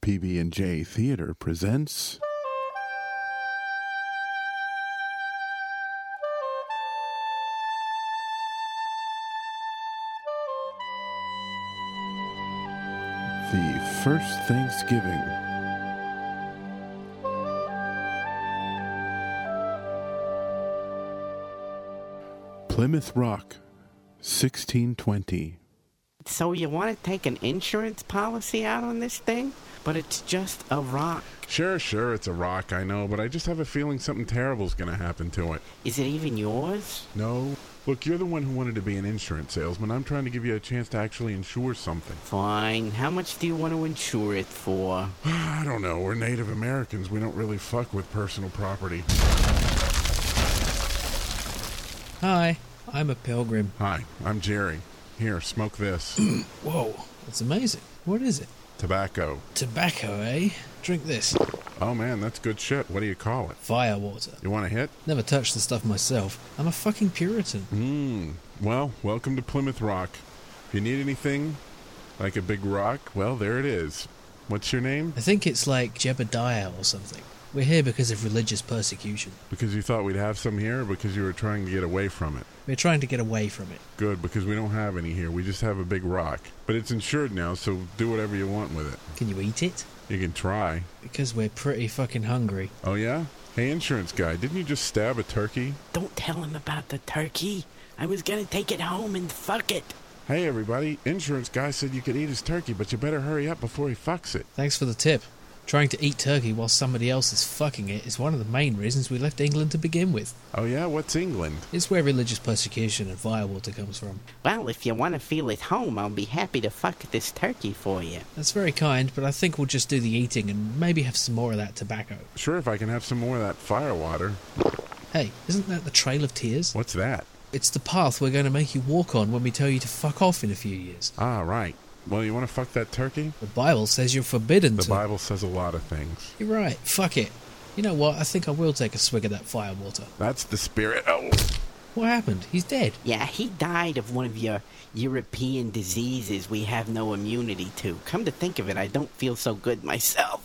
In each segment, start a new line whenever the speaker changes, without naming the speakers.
PB&J Theater presents The First Thanksgiving. Plymouth Rock, 1620.
So you want to take an insurance policy out on this thing? But it's just a rock.
Sure, sure, it's a rock, I know, but I just have a feeling something terrible's gonna happen to it.
Is it even yours?
No? Look, you're the one who wanted to be an insurance salesman. I'm trying to give you a chance to actually insure something.
Fine. How much do you want to insure it for?
I don't know, we're Native Americans. We don't really fuck with personal property.
Hi, I'm a pilgrim.
Hi, I'm Jerry. Here, smoke this.
Whoa, that's amazing. What is it?
Tobacco.
Tobacco, eh? Drink this.
Oh man, that's good shit. What do you call it?
Fire water.
You want a hit?
Never touched the stuff myself. I'm a fucking Puritan.
Mmm. Well, welcome to Plymouth Rock. If you need anything, like a big rock, well, there it is. What's your name?
I think it's like Jebediah or something. We're here because of religious persecution.
Because you thought we'd have some here, or because you were trying to get away from it?
We're trying to get away from it.
Good, because we don't have any here. We just have a big rock. But it's insured now, so do whatever you want with it.
Can you eat it?
You can try.
Because we're pretty fucking hungry.
Oh, yeah? Hey, insurance guy, didn't you just stab a turkey?
Don't tell him about the turkey. I was gonna take it home and fuck it.
Hey, everybody, insurance guy said you could eat his turkey, but you better hurry up before he fucks it.
Thanks for the tip. Trying to eat turkey while somebody else is fucking it is one of the main reasons we left England to begin with.
Oh, yeah? What's England?
It's where religious persecution and firewater comes from.
Well, if you want to feel at home, I'll be happy to fuck this turkey for you.
That's very kind, but I think we'll just do the eating and maybe have some more of that tobacco.
Sure, if I can have some more of that fire water.
Hey, isn't that the Trail of Tears?
What's that?
It's the path we're going to make you walk on when we tell you to fuck off in a few years.
Ah, right. Well, you want to fuck that turkey?
The Bible says you're forbidden
The
to.
Bible says a lot of things.
You're right. Fuck it. You know what? I think I will take a swig of that fire water.
That's the spirit. Oh!
What happened? He's dead.
Yeah, he died of one of your European diseases we have no immunity to. Come to think of it, I don't feel so good myself.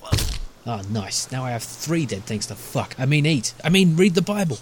Ah, nice. Now I have three dead things to fuck. I mean, eat. I mean, read the Bible.